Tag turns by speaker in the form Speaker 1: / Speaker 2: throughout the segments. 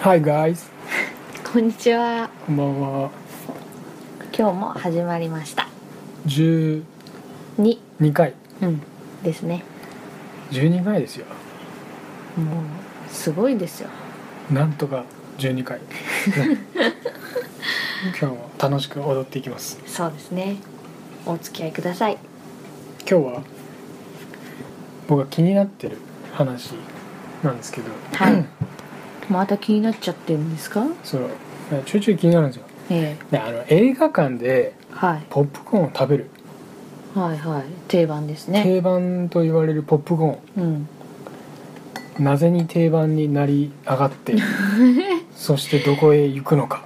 Speaker 1: Hi guys
Speaker 2: こんにちは。
Speaker 1: こんばんは
Speaker 2: 今日も始まりました。
Speaker 1: 12
Speaker 2: に、
Speaker 1: 回
Speaker 2: うん、ですね。
Speaker 1: 12回ですよ
Speaker 2: もうすごいですよ。
Speaker 1: なんとか12回 今日も楽しく踊っていきます
Speaker 2: そうですね。お付き合いください。
Speaker 1: 今日は僕が気になってる話なんですけど
Speaker 2: はい。 また気になっちゃってるんですか？
Speaker 1: そうちょいちょい気になるんですよ
Speaker 2: え
Speaker 1: であの映画館で
Speaker 2: え、はい
Speaker 1: ポップコーンを食べる、
Speaker 2: はいはい定番ですね。
Speaker 1: 定番と言われるポップコーン
Speaker 2: うん。
Speaker 1: なぜに定番になり上がってそしてどこへ行くのか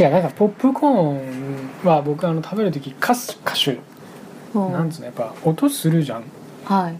Speaker 1: 違うなんかポップコーンは僕あの食べる時カシカシュ
Speaker 2: うん
Speaker 1: なんつうのやっぱ音するじゃん
Speaker 2: はい。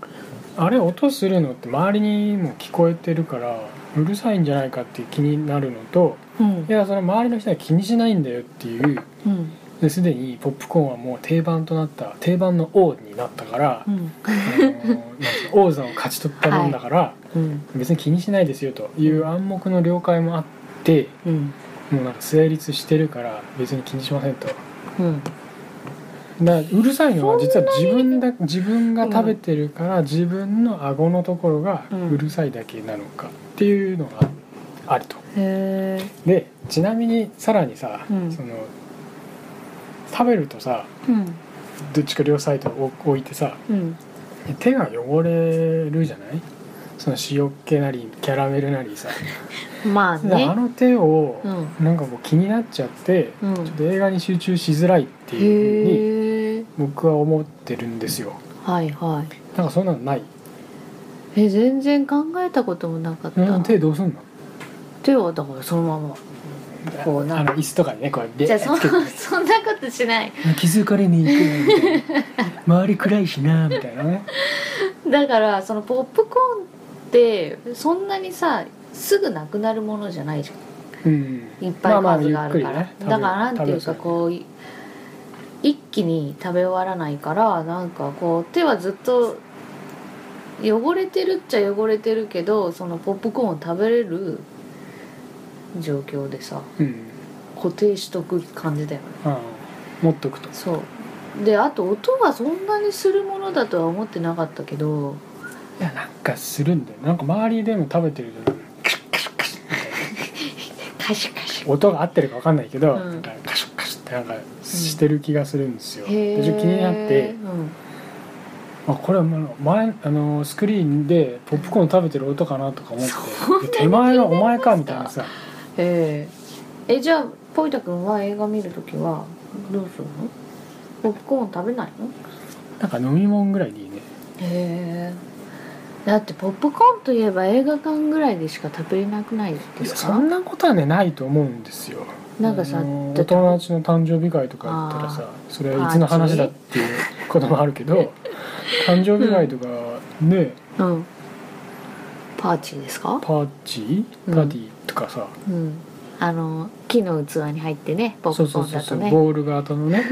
Speaker 1: あれ音するのって周りにも聞こえてるからうるさいんじゃないかって気になるのと
Speaker 2: うん
Speaker 1: い。やそれ周りの人は気にしないんだよっていう
Speaker 2: うん。
Speaker 1: ですでにポップコーンはもう定番となった定番の王になった から、
Speaker 2: う
Speaker 1: あ
Speaker 2: ん。
Speaker 1: のなんつうの王座を勝ち取ったもんだから、
Speaker 2: うん。
Speaker 1: 別に気にしないですよという暗黙の了解もあって
Speaker 2: うん。
Speaker 1: もうなんか成立してるから別に気にしませんとだか
Speaker 2: うん。
Speaker 1: らうるさいのは実は自分だ自分が食べてるから自分の顎のところが
Speaker 2: うん
Speaker 1: うるさいだけなのかっていうのがあると
Speaker 2: へえ。
Speaker 1: でちなみにさらにさ、
Speaker 2: うん
Speaker 1: その食べるとさ
Speaker 2: うん。
Speaker 1: どっちか両サイドを置いてさ
Speaker 2: うん。
Speaker 1: 手が汚れるじゃないその塩っ気なりキャラメルなりさ
Speaker 2: まあ
Speaker 1: だからあ
Speaker 2: ね。
Speaker 1: の手を
Speaker 2: うん。
Speaker 1: なんかこう気になっちゃって、
Speaker 2: うん
Speaker 1: ちょっと映画に集中しづらいっていうふ
Speaker 2: へえ。
Speaker 1: うに僕は思ってるんですよ
Speaker 2: はいはい。
Speaker 1: なんかそんなのない、
Speaker 2: え全然考えたこともなかった、
Speaker 1: うん手どうすんの
Speaker 2: 手はだからそのままこうな
Speaker 1: あの椅子とかにねこうやって
Speaker 2: じゃあそん
Speaker 1: つけて
Speaker 2: そんなことしない
Speaker 1: 気づかれねえくらいみたい な周り暗いしなみたいなね
Speaker 2: だからそのポップコーンってそんなにさすぐなくなるものじゃないじゃ
Speaker 1: うん
Speaker 2: んいっぱい
Speaker 1: まあまあ
Speaker 2: 数があるから、
Speaker 1: ゆっくりね食べる
Speaker 2: だからなんていうか
Speaker 1: 食べる
Speaker 2: こうい一気に食べ終わらないからなんかこう手はずっと汚れてるっちゃ汚れてるけどそのポップコーンを食べれる状況でさ
Speaker 1: うん
Speaker 2: 固定しとく感じだよね
Speaker 1: ああ持っとくと
Speaker 2: そうであと音はそんなにするものだとは思ってなかったけど
Speaker 1: いやなんかするんだよなんか周りでも食べてるとカシャカシャカシャみたいな
Speaker 2: カシカシ
Speaker 1: 音が合ってるか分かんないけど、
Speaker 2: うん
Speaker 1: なんかカシャカシャってなんかしてる気がするんですよ、
Speaker 2: へ
Speaker 1: でちょっと気になって
Speaker 2: うん、
Speaker 1: あこれはもう前あのスクリーンでポップコーン食べてる音かなとか思
Speaker 2: そ
Speaker 1: ってで手前はお前かみたいなさ
Speaker 2: えええじゃあポイタ君は映画見るときはどうするのポップコーン食べないの
Speaker 1: なんか飲み物ぐらいでいいね
Speaker 2: へえだってポップコーンといえば映画館ぐらいでしか食べれなくない
Speaker 1: い
Speaker 2: で
Speaker 1: や
Speaker 2: す
Speaker 1: そ
Speaker 2: か
Speaker 1: んなことはねないと思うんですよ
Speaker 2: なんかさ
Speaker 1: あのお
Speaker 2: だって
Speaker 1: 友達の誕生日会とか行ったらさそれはいつの話だっていうこともあるけど誕生日会とかね、
Speaker 2: うんパーチーですか
Speaker 1: パーチー
Speaker 2: うん
Speaker 1: パーティーとかさ、
Speaker 2: うんあの木の器に入ってねポッ
Speaker 1: そう
Speaker 2: プ
Speaker 1: そ
Speaker 2: コ
Speaker 1: う
Speaker 2: ーン
Speaker 1: そう
Speaker 2: だ
Speaker 1: そ
Speaker 2: と
Speaker 1: う
Speaker 2: ね
Speaker 1: ボール型のね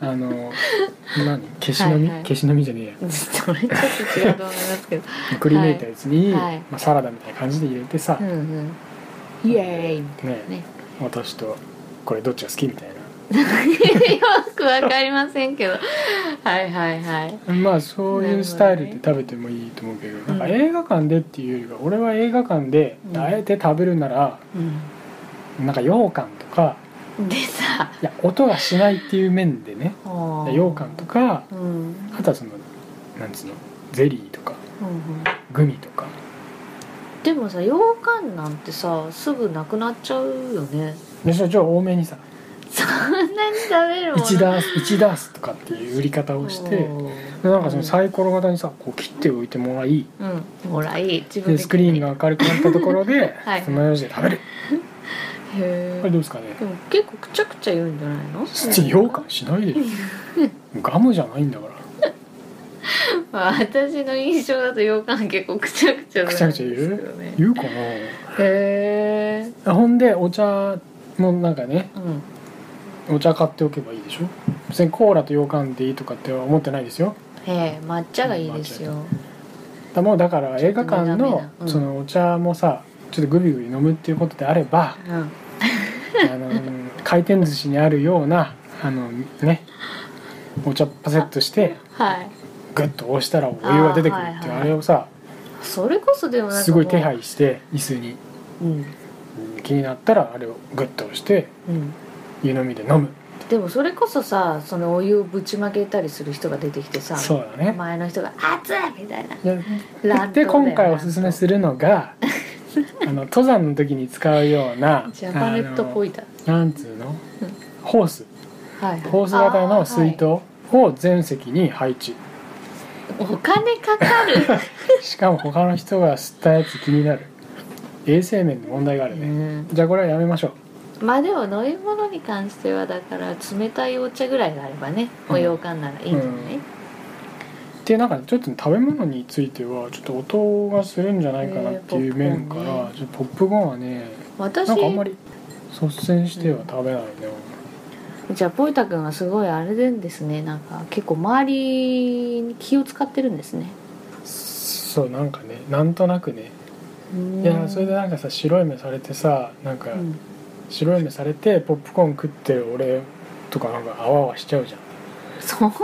Speaker 1: あの 何消しのみ、
Speaker 2: はいはい
Speaker 1: 消しのみじゃねえや
Speaker 2: それちょっと違うと思いますけど
Speaker 1: くりぬいたやつに、
Speaker 2: はい
Speaker 1: まあ、サラダみたいな感じで入れてさ、
Speaker 2: うんうん、イエーイみたいなね
Speaker 1: 私とこれどっちが好きみたい
Speaker 2: よくわかりませんけどはいはいはい
Speaker 1: なまあそう
Speaker 2: なるほど
Speaker 1: いう
Speaker 2: ね
Speaker 1: スタイルで食べてもいいと思うけど、なんか
Speaker 2: うん
Speaker 1: 映画館でっていうよりは俺は映画館で
Speaker 2: うん
Speaker 1: あえて食べるなら、なんか羊羹とか
Speaker 2: でさ
Speaker 1: いや音がしないっていう面でね羊羹とか
Speaker 2: うんうん
Speaker 1: あとはそのなんつうのゼリーとか
Speaker 2: うん
Speaker 1: グミとか
Speaker 2: でもさ羊羹なんてさすぐなくなっちゃうよ ね
Speaker 1: でそれちょっと多めにさ
Speaker 2: そんなに食べるもの
Speaker 1: 1ダース1ダースとかっていう売り方をしてでなんかそのサイコロ型にさこう切っておいてもらい
Speaker 2: うんほらいい自分
Speaker 1: で
Speaker 2: で
Speaker 1: スクリーンが明るくなったところで、
Speaker 2: はい
Speaker 1: そのようにして食べる
Speaker 2: へ
Speaker 1: これど
Speaker 2: え
Speaker 1: うですかね
Speaker 2: でも結構くちゃくちゃ言うんじゃないの
Speaker 1: 羊羹しないでしょガムじゃないんだか
Speaker 2: まあ私の印象だと羊羹結構くちゃくちゃ
Speaker 1: ら
Speaker 2: な
Speaker 1: く
Speaker 2: ん
Speaker 1: ちゃ
Speaker 2: で
Speaker 1: くち
Speaker 2: す
Speaker 1: ゃ
Speaker 2: よ
Speaker 1: 言う
Speaker 2: ね
Speaker 1: 言うか
Speaker 2: へえ
Speaker 1: なほんでお茶もなんかね
Speaker 2: うん
Speaker 1: お茶買っておけばいいでしょ別にコーラと羊羹でいいとかっては思ってないですよ
Speaker 2: ええ抹茶がいいですよ
Speaker 1: だもうだから映画館
Speaker 2: ちょっと長め
Speaker 1: の
Speaker 2: なうん
Speaker 1: そのお茶もさちょっとグビグビ飲むっていうことであれば
Speaker 2: うん
Speaker 1: あ の回転寿司にあるようなあのねお茶パセッとして
Speaker 2: はい
Speaker 1: グッと押したらお湯が出てくる
Speaker 2: あ
Speaker 1: っ
Speaker 2: ー
Speaker 1: て
Speaker 2: はいいうはい
Speaker 1: あれをさ
Speaker 2: それこそでもなんかもう
Speaker 1: すごい手配して椅子に
Speaker 2: うん
Speaker 1: 気になったらあれをグッと押して
Speaker 2: うん
Speaker 1: 湯飲みで飲む
Speaker 2: でもそれこそさそのお湯をぶちまけたりする人が出てきてさ
Speaker 1: そうだね
Speaker 2: 前の人が「熱い!」みたいな
Speaker 1: で
Speaker 2: 乱闘だ
Speaker 1: で
Speaker 2: よ
Speaker 1: 今回おすすめするの があの登山の時に使うような
Speaker 2: ジャパネットっぽ
Speaker 1: い
Speaker 2: いだ
Speaker 1: なんつうのホース
Speaker 2: はいはい
Speaker 1: ホース型の水筒
Speaker 2: あ
Speaker 1: を全席に配 置
Speaker 2: ーはいお金かかる、
Speaker 1: しかも他の人が吸ったやつ気になる衛生面で問題がある
Speaker 2: う
Speaker 1: ね
Speaker 2: ん、
Speaker 1: じゃあこれはやめましょう
Speaker 2: まあでも飲み物に関してはだから冷たいお茶ぐらいがあればね
Speaker 1: うん
Speaker 2: お洋館ならいいんじゃない、
Speaker 1: でなんかちょっと食べ物についてはちょっと音がするんじゃないかなっていう
Speaker 2: えー
Speaker 1: 面から、
Speaker 2: ポップコーンね
Speaker 1: ちょっとポップコーンはね
Speaker 2: 私
Speaker 1: なんかあんまり率先しては食べないね、
Speaker 2: じゃあポイタ君はすごいあれでんですねなんか結構周りに気を使ってるんですね
Speaker 1: そうなんかねなんとなくねい
Speaker 2: い
Speaker 1: やそれでなんかさ白い目されてさなんか
Speaker 2: うん、
Speaker 1: 白い目されてポップコーン食ってる俺とかなんかあわあわしちゃうじゃん
Speaker 2: そんなに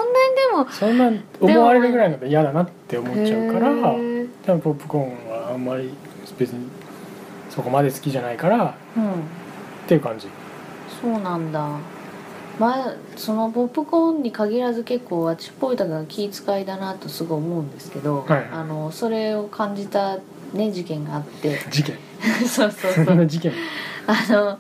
Speaker 1: そんな思われるぐらいのが嫌だなって思っちゃうから
Speaker 2: へ
Speaker 1: 多
Speaker 2: ー
Speaker 1: 分ポップコーンはあんまり別にそこまで好きじゃないから
Speaker 2: うん
Speaker 1: っていう感じ
Speaker 2: そうなんだ前そのポップコーンに限らず結構あっちっぽいだが気遣いだなとすごい思うんですけど、
Speaker 1: はい
Speaker 2: あのそれを感じたね事件があって
Speaker 1: 事件
Speaker 2: そうそうそ
Speaker 1: そん
Speaker 2: う
Speaker 1: な事件
Speaker 2: あの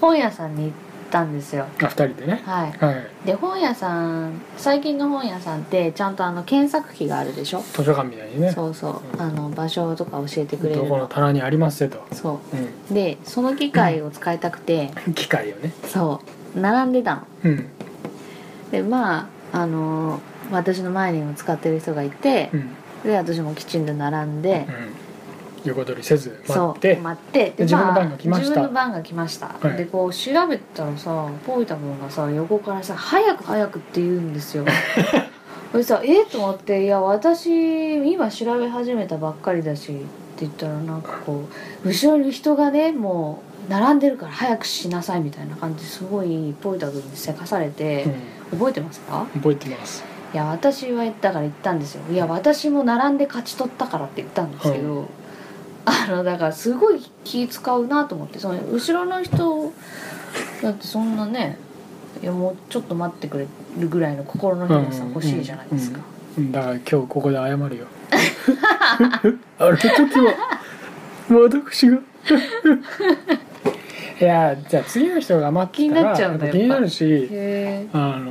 Speaker 2: 本屋さんに行ったんですよ
Speaker 1: あ2人でね
Speaker 2: はい
Speaker 1: はい
Speaker 2: で本屋さん最近の本屋さんってちゃんとあの検索機があるでしょ
Speaker 1: 図書館みたいにね
Speaker 2: そうそう、
Speaker 1: うん
Speaker 2: あの場所とか教えてくれる
Speaker 1: どこの
Speaker 2: の
Speaker 1: 棚にありますよと、
Speaker 2: そ
Speaker 1: うん
Speaker 2: うでその機械を使いたくて、
Speaker 1: 機械をね
Speaker 2: そう並んでたの
Speaker 1: うん
Speaker 2: でまああのー私の前にも使ってる人がいて
Speaker 1: う、ん
Speaker 2: で私もきちんと並んで
Speaker 1: う、ん横取りせず
Speaker 2: そ
Speaker 1: 待
Speaker 2: う
Speaker 1: って
Speaker 2: 待って
Speaker 1: 自分の番が来ました
Speaker 2: 自分の番が来ました、
Speaker 1: はい
Speaker 2: でこう調べたらさポイタモンがさ横からさ「早く早く」って言う んですよ俺さえっ、と思って「いや私今調べ始めたばっかりだし」って言ったらなんかこう後ろに人がねもう並んでるから早くしなさいみたいな感じですごいポイタ君にせかされて、
Speaker 1: う
Speaker 2: 覚えてますか
Speaker 1: ん、覚えてます
Speaker 2: いや私はだから言ったんですよいや私も並んで勝ち取ったからって言ったんですけど、あのだからすごい気使うなと思ってその後ろの人だってそんなねいやもうちょっと待ってくれるぐらいの心の広さ
Speaker 1: うん
Speaker 2: 欲しいじゃないです
Speaker 1: う
Speaker 2: か、
Speaker 1: んだから今日ここで謝るよ あの時は私 がいやじゃあ次の人が待ってたら
Speaker 2: 気になっちゃうんだ
Speaker 1: やっぱ気になるし
Speaker 2: へ
Speaker 1: あのー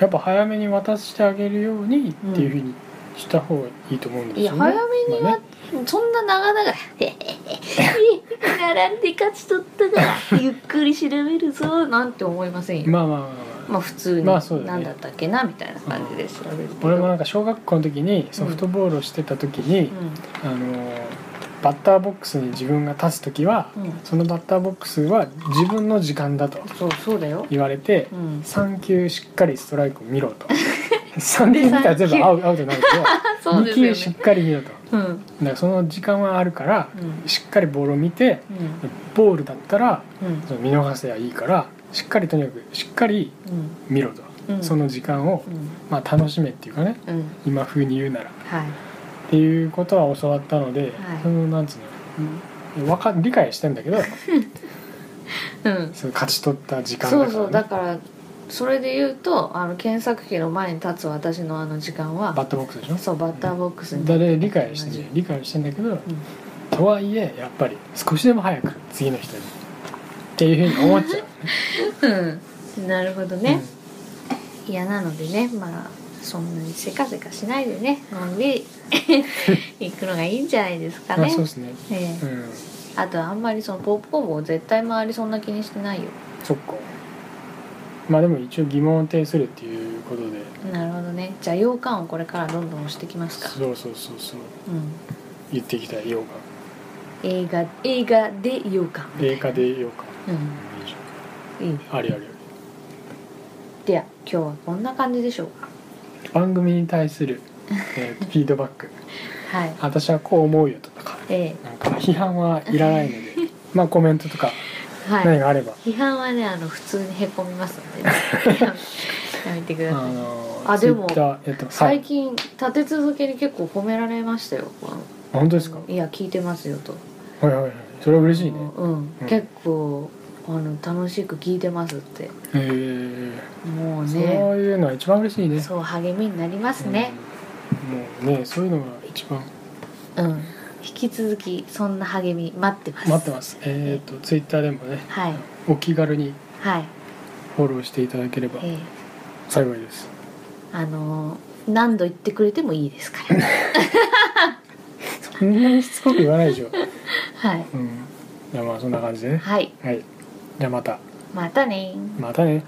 Speaker 1: やっぱ早めに渡してあげるようにっていうふうにした方がいいと思うんです
Speaker 2: えい
Speaker 1: よ
Speaker 2: や
Speaker 1: ね
Speaker 2: 早めに
Speaker 1: まあ
Speaker 2: は
Speaker 1: ね、
Speaker 2: そんな長々 「へへへへ並んで勝ち取ったからゆっくり調べるぞ」なんて思いませんよ
Speaker 1: まあまあまあまあ、
Speaker 2: まあ普通に
Speaker 1: まあそうだね
Speaker 2: 何だったっけなみたいな感じで調べるけど、
Speaker 1: 俺もなんか小学校の時にソフトボールをしてた時に、あのーバッターボックスに自分が立つ時は
Speaker 2: うん、うん、
Speaker 1: そのバッターボックスは自分の時間だと
Speaker 2: そうそうだよ、
Speaker 1: 言われて、
Speaker 2: うん、
Speaker 1: 3球しっかりストライクを見ろ と3球見たら全部アウアウトになるけど
Speaker 2: そう
Speaker 1: 2
Speaker 2: ですよ
Speaker 1: 球しっ
Speaker 2: ね
Speaker 1: かり見ろとだか
Speaker 2: うんうん
Speaker 1: らその時間はあるからしっかりボールを見て
Speaker 2: うん
Speaker 1: ボールだったら
Speaker 2: うん
Speaker 1: その見逃せばいいからしっかりとにかくしっかり
Speaker 2: うん
Speaker 1: 見ろと、
Speaker 2: うん
Speaker 1: その時間を
Speaker 2: う、ん
Speaker 1: まあ、楽しめっていうかね
Speaker 2: うん
Speaker 1: 今風に言うならっ
Speaker 2: はい、
Speaker 1: ていうことは教わったので、
Speaker 2: はい
Speaker 1: そのなんつうのわか理解してんだけど
Speaker 2: うん、
Speaker 1: その勝ち取った時間だから、
Speaker 2: そう
Speaker 1: ね、
Speaker 2: そうだからそれで言うとあの検索機の前に立つ私のあの時間
Speaker 1: バッ
Speaker 2: は
Speaker 1: ターボックスでしょ
Speaker 2: そうバッターボックスに
Speaker 1: だで理解してね理解してんだけど、とはいえやっぱり少しでも早く次の人にっていうふうに思っちゃう
Speaker 2: うんなるほどね、いやなのでねまあそんなにせかせかしないでねのんびり行くのがいいんじゃないですか
Speaker 1: うんまあ
Speaker 2: ね
Speaker 1: そうですね
Speaker 2: え
Speaker 1: う
Speaker 2: え
Speaker 1: ん
Speaker 2: あとあんまりそのポップコーンを絶対周りそんな気にしてないよ
Speaker 1: そっかまあでも一応疑問を呈するっていうことで
Speaker 2: なるほどねじゃあ羊羹をこれからどんどん押してきますか
Speaker 1: そうそうそうそう
Speaker 2: うん
Speaker 1: 言っていきたいようか
Speaker 2: 映画映画で羊羹
Speaker 1: 映画でようか
Speaker 2: うんいいね
Speaker 1: ありありあり
Speaker 2: では今日はこんな感じでしょうか
Speaker 1: 番組 に対する、えーフィードバック
Speaker 2: はい
Speaker 1: 私はこう思うよとか
Speaker 2: え
Speaker 1: なんか批判はいらない のでまあコメントとか
Speaker 2: は
Speaker 1: 何
Speaker 2: い
Speaker 1: があれば、
Speaker 2: 批判はねあの普通にへこみますので、ね、 やめてくだ
Speaker 1: あ
Speaker 2: さい
Speaker 1: の
Speaker 2: あでも
Speaker 1: Twitter やってます、は
Speaker 2: 最
Speaker 1: い、
Speaker 2: 近立て続けに結構褒められましたよ
Speaker 1: 本当ですか
Speaker 2: いや聞いてますよと
Speaker 1: はいはいはいそれは嬉しいね
Speaker 2: うん、
Speaker 1: うん
Speaker 2: 結構あの楽しく聞いてますって
Speaker 1: へえ
Speaker 2: もう
Speaker 1: そう
Speaker 2: ね
Speaker 1: いうのは一番嬉しいね
Speaker 2: そう励みになりますね、
Speaker 1: うんもうねそういうのが一番
Speaker 2: うん引き続きそんな励み待ってます
Speaker 1: 待ってますえっ、とツイッターでもね
Speaker 2: はい
Speaker 1: お気軽に
Speaker 2: はい
Speaker 1: フォローしていただければ
Speaker 2: ええ
Speaker 1: 幸いです
Speaker 2: あのー何度言ってくれてもいいですから
Speaker 1: そんなにしつこく言わないでしょ
Speaker 2: はい
Speaker 1: うんじゃあまあそんな感じでね
Speaker 2: はい
Speaker 1: はいじゃあまた
Speaker 2: またねー
Speaker 1: またね